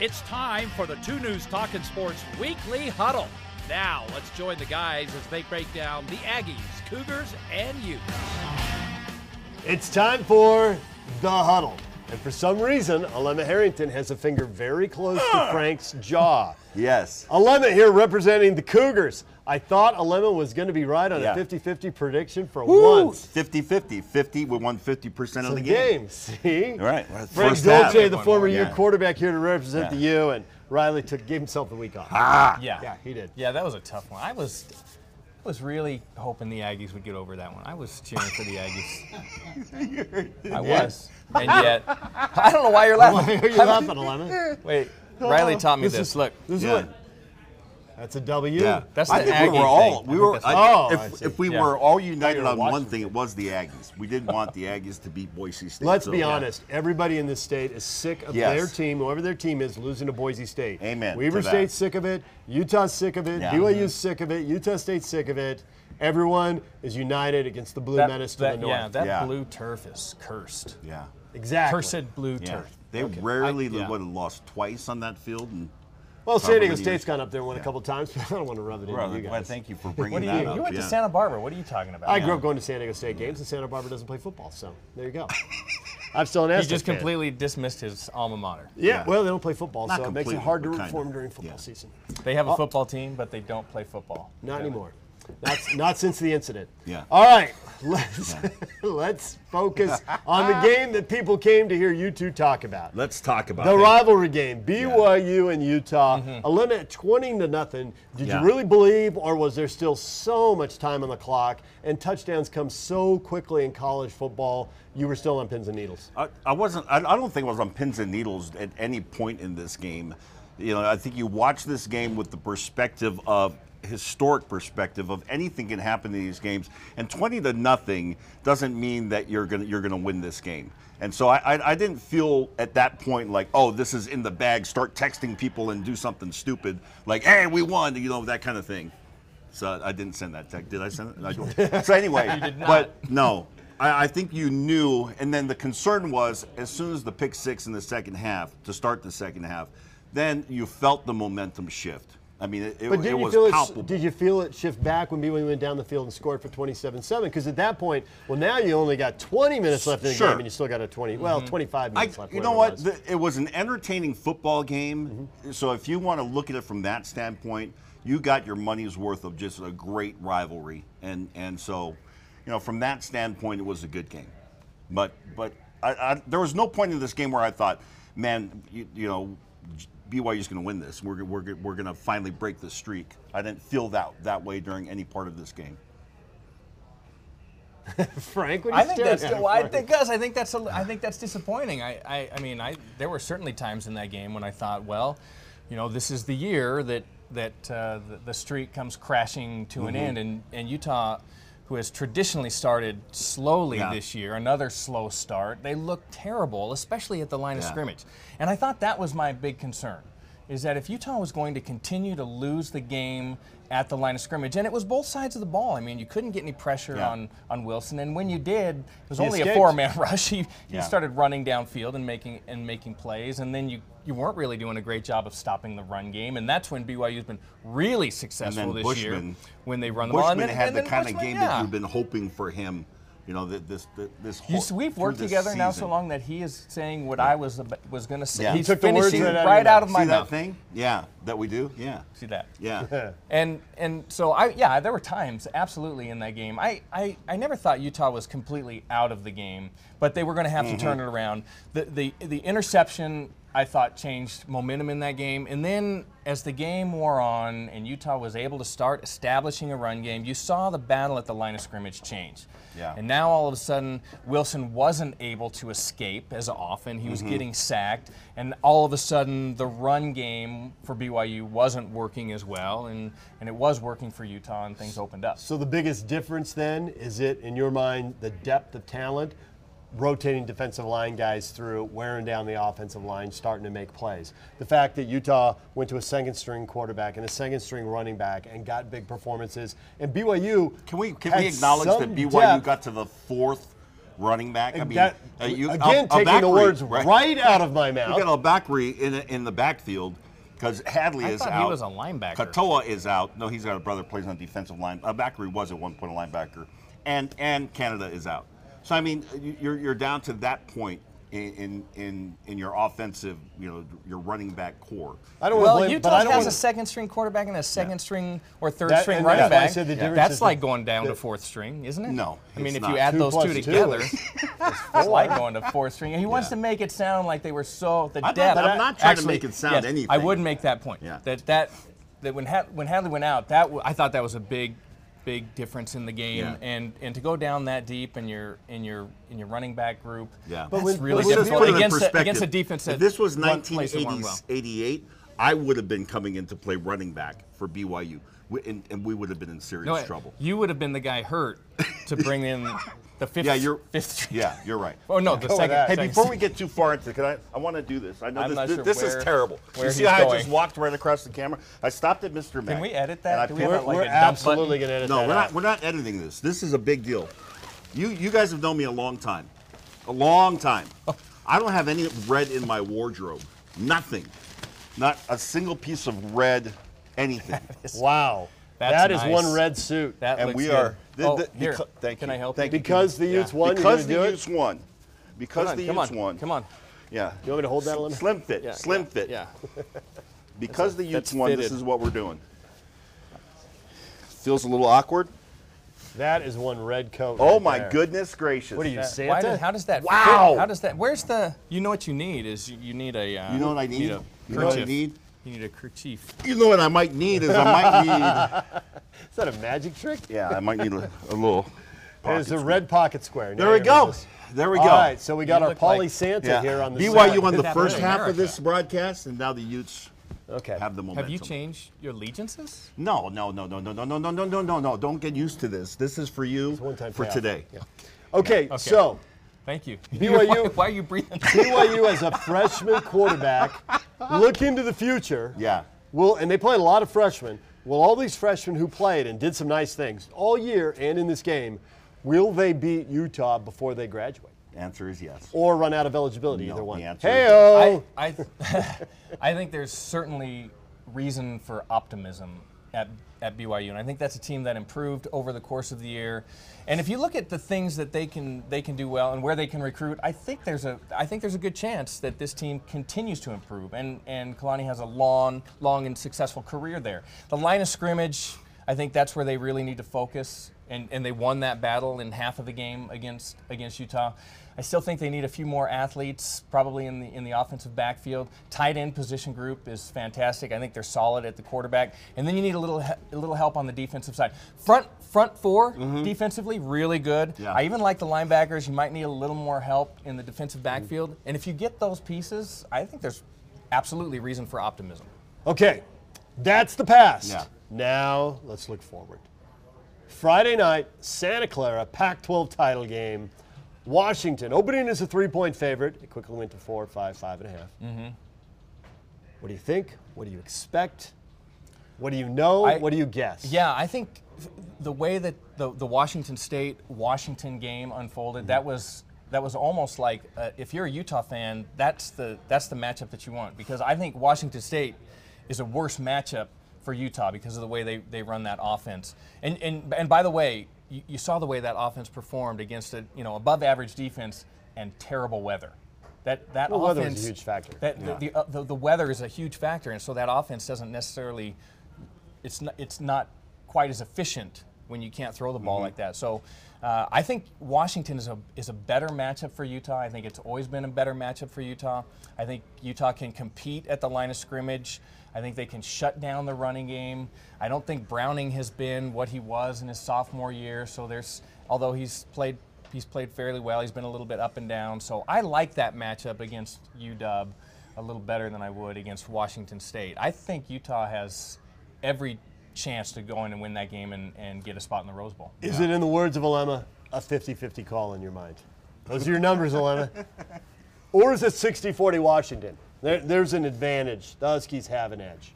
It's time for the 2 News Talking Sports Weekly Huddle. Now, let's join the guys as they break down the Aggies, Cougars, and you. It's time for the huddle. And for some reason, Alema Harrington has a finger very close to Ah. Frank's jaw. Yes. Alema here representing the Cougars. I thought Alema was going to be right on Yeah. a 50 50 prediction for Woo! once. 50 50. 50, we won 50% of The the game. game, see? All right. Well, Frank first half, Dolce, the one former more, U yeah. quarterback, here to represent Yeah. the U, and Riley took gave himself the week off. Ah. Yeah. Yeah, he did. Yeah, that was a tough one. I was I was really hoping the Aggies would get over that one. I was cheering for the Aggies. I was. And yet I don't know why you're Why laughing. are you laughing, Alema? Wait, Riley taught me This this. is- Look. This Yeah. is what. That's a W. Yeah. That's I the think Aggie we were all, thing. I we think were, that's- I, Oh, I if, see. if we Yeah. were all you united were on one watching. thing, it was the Aggies. We didn't want the Aggies to beat Boise State. Let's so- be Yeah. honest. Everybody in this state is sick of Yes. their team, whoever their team is, losing to Boise State. Amen Weaver to that. State's sick of it. Utah's sick of it. Yeah. Mm-hmm. BYU's sick of it. Utah State's sick of it. Everyone is united against the blue That, menace to that- the north. yeah, that Yeah. blue turf is cursed. Yeah. exactly. Cursed blue Yeah. turf. They rarely I- yeah. would have lost twice on that field. And Well, San Diego Properly State's used. gone up there and won a couple times, but I don't want to rub it in. Well, you guys. thank you for bringing What do that you up. you went to yeah. Santa Barbara, what are you talking about? I grew up going to San Diego State games, and Santa Barbara doesn't play football, so there you go. I'm still an he Aztec just fan. completely dismissed his alma mater. Yeah, Yeah. well, they don't play football, Not so it makes it completely, hard to but root kind for of. them during football Yeah. season. They have a football team, but they don't play football. Not Yeah. anymore. That's not since the incident. Yeah. All right. Let's let's focus on the game that people came to hear you two talk about. Let's talk about The it. Mm-hmm. rivalry game, BYU and Utah, a limit at 20 to nothing. Did Yeah. you really believe, or was there still so much time on the clock and touchdowns come so quickly in college football? You were still on pins and needles. I, I wasn't. I, I don't think I was on pins and needles at any point in this game. You know, I think you watch this game with the perspective of historic perspective of anything can happen in these games, and twenty to nothing doesn't mean that you're gonna you're gonna win this game. And so I, I, I didn't feel at that point like, oh, this is in the bag. Start texting people and do something stupid like, hey, we won. You know that kind of thing. So I didn't send that text. Did I send it? I don't. So anyway, but no, I, I think you knew. And then the concern was as soon as the pick six in the second half to start the second half, then you felt the momentum shift. I mean, it, it, But it did you was feel palpable. it? Did you feel it shift back when BYU went down the field and scored for 27-7? Because at that point, well, now you only got 20 minutes left in the Sure. Mm-hmm. game, and you still got a 20, well, 25 I, minutes left. you know whatever it what? was. The- It was an entertaining football game. So if you want to look at it from that standpoint, you got your money's worth of just a great rivalry. And and so, you know, from that standpoint, it was a good game. But but I, I, there was no point in this game where I thought, man, you, you know, BYU's going to win this. We're we're we're going to finally break the streak. I didn't feel that that way during any part of this game. Frank, what are I you think staring that's at, well, I Frank? think, Gus, I think that's a, I think that's disappointing. I, I, I mean, I there were certainly times in that game when I thought, well, you know, this is the year that that uh, the, the streak comes crashing to Mm-hmm. an end, and and Utah, who has traditionally started slowly Yeah. this year, another slow start. They look terrible, especially at the line of Yeah. scrimmage, and I thought that was my big concern. Is that if Utah was going to continue to lose the game at the line of scrimmage, and it was both sides of the ball. I mean, you couldn't get any pressure Yeah. on, on Wilson, and when you did, it was was He only escaped. a four-man rush. He, he Yeah. started running downfield and making and making plays, and then you you weren't really doing a great job of stopping the run game, and that's when BYU's been really successful this year Bushman- when they run the ball. Bushman And then- had and the then kind Bushman, of game yeah. that you've been hoping for him. You know, that this that this You whole, s- we've through worked this together now so season. long that he is saying what I was ab- was going to say. Yeah. He He's took the words finishing right out of your right mouth. out of my See that mouth. thing? Yeah, that we do. Yeah, See that? yeah. And and so I yeah, there were times absolutely in that game. I I, I never thought Utah was completely out of the game, but they were going to have to turn Mm-hmm. it around. The the the interception I thought changed momentum in that game, and then as the game wore on and Utah was able to start establishing a run game, you saw the battle at the line of scrimmage change. Yeah. And now all of a sudden Wilson wasn't able to escape as often. He was Mm-hmm. getting sacked, and all of a sudden the run game for BYU wasn't working as well, and, and it was working for Utah, and things opened up. So the biggest difference then is it, in your mind, the depth of talent, rotating defensive line guys through, wearing down the offensive line, starting to make plays. The fact that Utah went to a second string quarterback and a second string running back and got big performances, and BYU Can we can had we acknowledge some that BYU depth. got to the fourth running back. I mean, That- uh, you- a- again, a taking back the re- words right- right, out of my You got mouth. a back re in, in the backfield because Hadley I is thought he out. was a linebacker. Katoa is out. No, he's got a brother plays on defensive line. A back re was at one point a linebacker, and and Canada is out. So I mean, you- you're you're down to that point in in in, in your offensive, you know, your running back core. I don't Well, want to blame, Utah but I don't has wanna- a second string quarterback and a second string or third That- string and running that's why I back. said the difference That's is like that- going down to that- fourth string, isn't it? No, I mean, it's if not. you add Two those plus two two is together, it's like going to fourth string. And he wants to make it sound like they were so the not- depth. I'm I- not trying to actually, make it sound yes, I anything. would make that point. Yeah. That that that when Had- when Hadley went out, that w- I thought that was a big big difference in the game Yeah. and and to go down that deep in your in your in your running back group Yeah. But that's when- really but when- Let's difficult put it in against a, perspective. against a defense that If this was run- plays the run well. 1988, I would have been coming in to play running back for BYU, we, and, and we would have been in serious No, trouble. You would have been the guy hurt to bring in the fifth. Yeah, you're fifth. Yeah, you're right. Oh no, the with second. that. Hey, second- before we get too far into, can I? I want to do this. I know I'm this. not this, sure this where- is terrible. where you see he's how I going. just walked right across the camera? I stopped at Mr. Mac. we edit and that? I Do we picked- have We're, Like a we're dump button. absolutely going to edit no, that we're out. not. We're not editing this. This is a big deal. You you guys have known me a long time, a long time. I don't have any red in my wardrobe. Nothing. Not a single piece of red. Anything. Wow. That's that is nice. one red suit. that and looks we good. are- the- oh, the- here, becau- thank Can you. I help Thank you? you. because the Yeah. youth's won, because you're the going to do youths won. Because Come on, the come youths on, won. come on. Yeah. You want me to hold that lemon? Slim fit. Yeah, slim yeah, fit. Yeah. Because the that's youths won, this fitted. is what we're doing. Feels a little awkward. it. That is one red coat. Oh right my there. goodness gracious. What are you, Santa? Why did, how does that? Wow. Fit? How does that? Where's the? You know what you need is you, you need a. Uh, You know what I need? a You know what I kerchief. need? You need a kerchief. You know what I might need is I might is that a magic trick? need. yeah, I might need a, a little. There's the pocket red pocket square. There we go. There we go. All right, so we got You our look like- Polly Santa Yeah. here on the BYU side. won the That first is half of America. this broadcast, and now the Utes Okay. have the momentum. Have you changed your allegiances? No, no, no, no, no, no, no, no, no, no, no, no. Don't get used to this. This is for you one-time for payoff. today. Okay, so Thank you. BYU why, why are you breathing? BYU as a freshman quarterback, look into the future. Yeah. Will and they played a lot of freshmen. Will all these freshmen who played and did some nice things all year and in this game, will they beat Utah before they graduate Answer is yes. or run out of eligibility? No, either one. the answer is- Hey, I, I, I think there's certainly reason for optimism at, at BYU, and I think that's a team that improved over the course of the year. And if you look at the things that they can they can do well and where they can recruit, I think there's a I think there's a good chance that this team continues to improve. And and Kalani has a long long and successful career there. The line of scrimmage, I think that's where they really need to focus and, and they won that battle in half of the game against against Utah. I still think they need a few more athletes, probably in the in the offensive backfield. Tight end position group is fantastic. I think they're solid at the quarterback, and then you need a little he- a little help on the defensive side. Front front 4 defensively really good. Yeah. I even like the linebackers. You might need a little more help in the defensive backfield, and if you get those pieces, I think there's absolutely reason for optimism. Okay, that's the past. Yeah. Now let's look forward. Friday night, Santa Clara, Pac 12 title game. Washington opening as a three point favorite. It quickly went to four, five, five and a half. Mm-hmm. What do you think? What do you expect? What do you know? I- what do you guess? Yeah, I think the way that the, the Washington State Washington game unfolded, Mm-hmm. that was that was almost like uh, if you're a Utah fan, that's the that's the matchup that you want because I think Washington State is a worse matchup for Utah because of the way they, they run that offense. And and and by the way, you, you saw the way that offense performed against a you know above average defense and terrible weather. That that Well, weather was a offense huge factor. That the, the, uh, the the weather is a huge factor, and so that offense doesn't necessarily it's not, it's not quite as efficient when you can't throw the ball like that. So uh, I think Washington is a is a better matchup for Utah. I think it's always been a better matchup for Utah. I think Utah can compete at the line of scrimmage. I think they can shut down the running game. I don't think Browning has been what he was in his sophomore year. So there's although he's played he's played fairly well. He's been a little bit up and down. So I like that matchup against UW a little better than I would against Washington State. I think Utah has every chance to go in and win that game and, and get a spot in the Rose Bowl. Is it, in the words of Alema, a 50 50 call in your mind? Those are your numbers, Alema. Or is it 60 40 Washington? There, there's an advantage. The Huskies have an edge.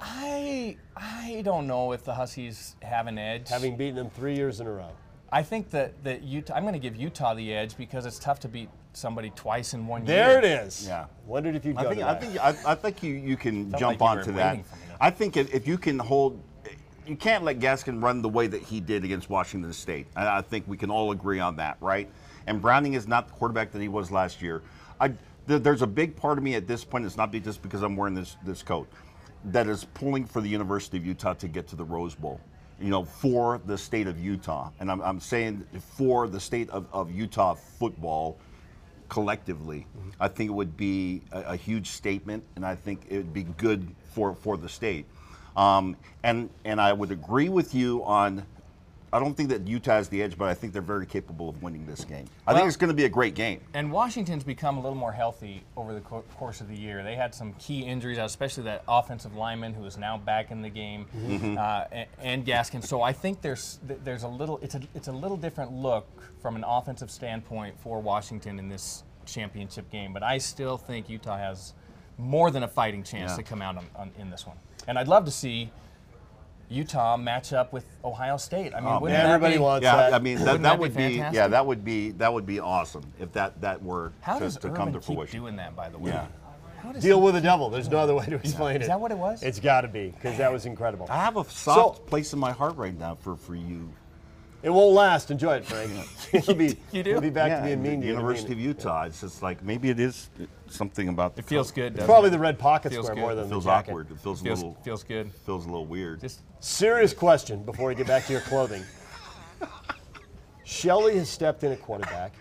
I I don't know if the Huskies have an edge. Having beaten them three years in a row. I think that, that Utah, I'm going to give Utah the edge because it's tough to beat somebody twice in one year. There it is. Yeah. Wondered if you'd I go think to I that. think I, I think you you can like jump you were onto that. waiting for me to- I think if, if you can hold, you can't let Gaskin run the way that he did against Washington State. I, I think we can all agree on that, right? And Browning is not the quarterback that he was last year. I there, there's a big part of me at this point. It's not be- just because I'm wearing this this coat that is pulling for the University of Utah to get to the Rose Bowl. You know, for the state of Utah, and I'm, I'm saying for the state of, of Utah football collectively, I think it would be a, a huge statement, and I think it would be good for, for the state. Um, and and I would agree with you on. I don't think that Utah has the edge, but I think they're very capable of winning this game. I think Well- it's going to be a great game. And Washington's become a little more healthy over the co- course of the year. They had some key injuries, especially that offensive lineman who is now back in the game, Mm-hmm. uh, a- and, Gaskin. So I think there's th- there's a little it's a it's a little different look from an offensive standpoint for Washington in this championship game. But I still think Utah has more than a fighting chance Yeah. to come out on, on, in this one. And I'd love to see Utah match up with Ohio State. I mean, Oh, wouldn't man. that Everybody be- wants- What's yeah, that? I mean that, that, Wouldn't that be would be, yeah fantastic? that would be that would be awesome if that that were How to, does to Urban come to keep fruition. doing that? By the way, Yeah. How does Deal with the devil. There's no other way to explain it. Is that what it was? It's got to be because that was incredible. I have a soft place in my heart right now for for you. It won't last. Enjoy it, Frank. He'll be, You do? He'll be back Yeah, to being mean to the you in a University of minute. Utah. It's just like maybe it is something about the It feels color. good. doesn't Probably it? the red pocket Feels square good. more than It feels the jacket. awkward. It feels, feels a little feels good. feels a little weird. Just Serious question before we get back to your clothing. Shelley has stepped in at quarterback.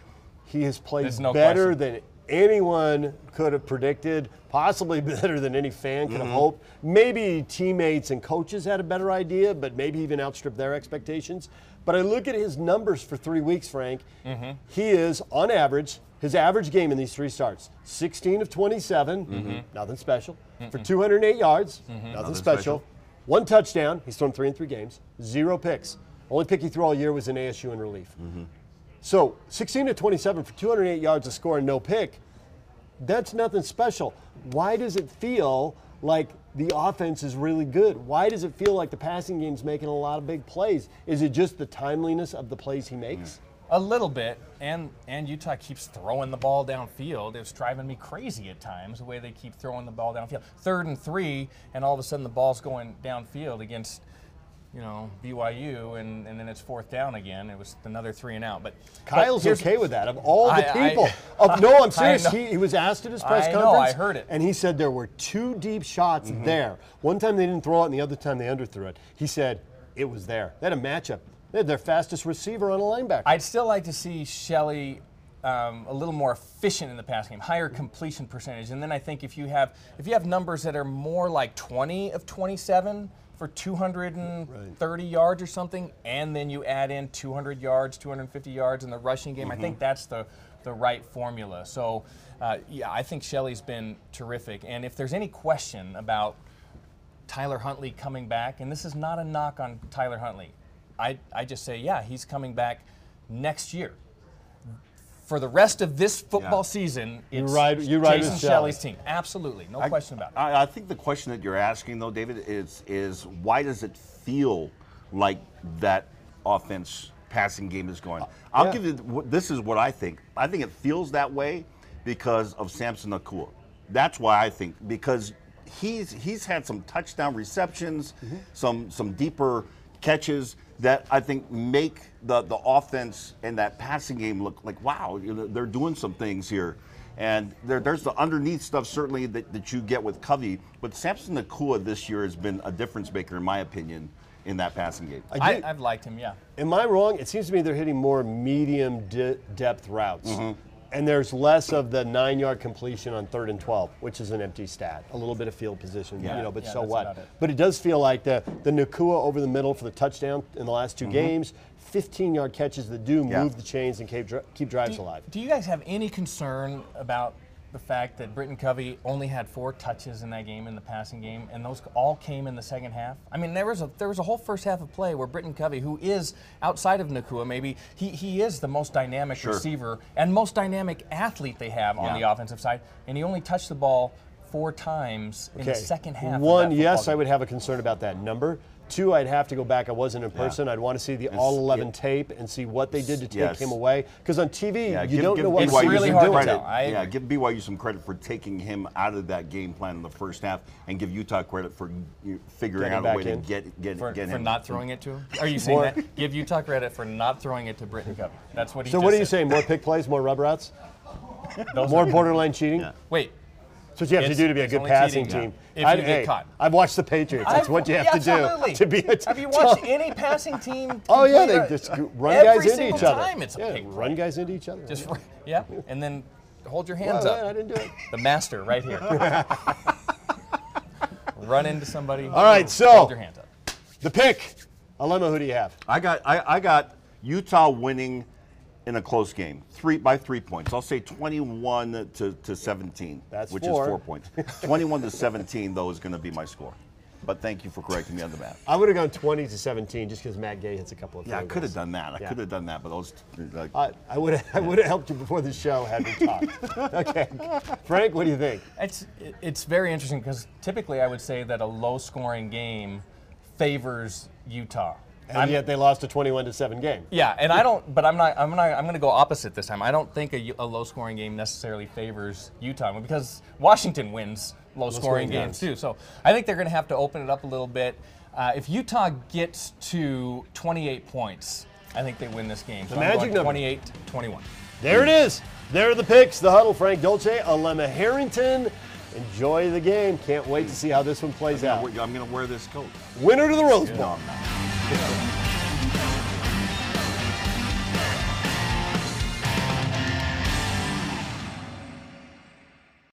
He has played There's no better question. than anyone could have predicted, possibly better than any fan could have hoped. Maybe teammates and coaches had a better idea, but maybe even outstripped their expectations. But I look at his numbers for three weeks, Frank. He is, on average, his average game in these three starts 16 of 27, nothing special, for 208 yards, nothing, special. special. One touchdown. He's thrown three in three games. Zero picks. Only pick he threw all year was an ASU in relief. So 16 to 27 for 208 yards a score and no pick. That's nothing special. Why does it feel like the offense is really good? Why does it feel like the passing game's making a lot of big plays? Is it just the timeliness of the plays he makes? a little bit, and and Utah keeps throwing the ball downfield. It's driving me crazy at times the way they keep throwing the ball downfield. Third and three, and all of a sudden the ball's going downfield against, you know, BYU, and, and then it's fourth down again. It was another three and out. But but Kyle's here's- okay with that. Of all the I- I- people, of, no, I'm I serious. know. He, he was asked at his press I know, conference. I heard it. Mm-hmm. And he said there were two deep shots there. One time they didn't throw it, and the other time they underthrew it. He said it was there. They had a matchup. They had their fastest receiver on a linebacker. I'd still like to see Shelley um, a little more efficient in the passing game, higher completion percentage, and then I think if you have if you have numbers that are more like 20 of 27 for 230 yards or something, and then you add in 200 yards, 250 yards in the rushing game, I think that's the the right formula. So, uh, yeah, I think Shelley's been terrific. And if there's any question about Tyler Huntley coming back, and this is not a knock on Tyler Huntley. I, I just say, yeah, he's coming back next year. For the rest of this football Yeah. season, it's ride- you ride Jason with Shelley's team. Absolutely, no I- question about it. I, I think the question that you're asking, though, David, is is why does it feel like that offense passing game is going? I'll yeah. give you what- this is what I think. I think it feels that way because of Samson Nakua. That's why I think because he's he's had some touchdown receptions, some some deeper catches that I think make the the offense and that passing game look like wow, you know, they're doing some things here. And there, there's the underneath stuff certainly that, that you get with Covey, but Samson Nakua this year has been a difference maker in my opinion in that passing game. I I, do- I've liked him, yeah. Am I wrong? It seems to me they're hitting more medium de- depth routes. Mm-hmm. And there's less of the nine yard completion on third and 12, which is an empty stat. A little bit of field position, you Yeah. know, but Yeah, so that's what? about it. But it does feel like the, the Nakua over the middle for the touchdown in the last 2 games, 15 yard catches that do Mm-hmm. Yeah. move the chains and keep, dri- keep drives alive. Do you guys have any concern about the fact that Britton Covey only had four touches in that game in the passing game, and those all came in the second half? I mean, there was a there was a whole first half of play where Britton Covey, who is outside of Nakua, maybe he, he is the most dynamic receiver and most dynamic athlete they have on Yeah. the offensive side, and he only touched the ball four times in the second half. of that One, football yes, I game. would have a concern about that number. Two, I'd have to go back. I wasn't in person. I'd want to see the all 11 yeah. tape and see what they did to take Yes. him away. Because on TV, Yeah, you give, don't give know what It's BYU really some hard to doing. credit. tell. I yeah, agree. give BYU some credit for taking him out of that game plan in the first half, and give Utah credit for you know, figuring Getting out a back way in. to get get For, get for him. not throwing it to him? Are you saying More- that? Give Utah credit for not throwing it to Brittany Covey. That's what he So just what are you said. saying? More pick plays, more rub routes, Those more are- borderline cheating? Yeah. Wait. That's what you have It's- to do to be a it's good only passing cheating, team. yeah. If you get caught. I've watched the Patriots. That's I've- what you have yeah, to do absolutely. to be a t- Have you watched tough- any passing team? Oh yeah, complete they a- just run every guys into single each other. Time it's a yeah, pick run guys into each other. Just run- yeah, and then hold your Well, hands I up. didn't do it. The master right here. run into somebody. All right, so- hold your hands up. The pick. Alema, who do you have? I got I, I got Utah winning in a close game, three by three points. I'll say 21 to, to 17, That's which four. is four points. 21 to 17 though is going to be my score. But thank you for correcting me on the math. I would have gone 20 to 17 just because Matt Gay hits a couple of. Yeah, I field could have goals. done that. I Yeah. could have done that, but those like, I, I would have I would have helped you before the show had we talked. okay, Frank, what do you think? It's it- it's very interesting because typically I would say that a low-scoring game favors Utah. And yet they lost a 21 to seven game. Yeah, and I don't, but I'm not, I'm not, I'm going to go opposite this time. I don't think a, low scoring game necessarily favors Utah because Washington wins low Low-scoring scoring games games. too. So I think they're going to have to open it up a little bit. Uh, if Utah gets to 28 points, I think they win this game. So The I'm magic going number. 28 21. There it is. There are the picks. The huddle. Frank Dolce, Alema Harrington. Enjoy the game. Can't wait to see how this one plays out. I'm going to wear this coat. Winner to the Rose Bowl. No, I'm not.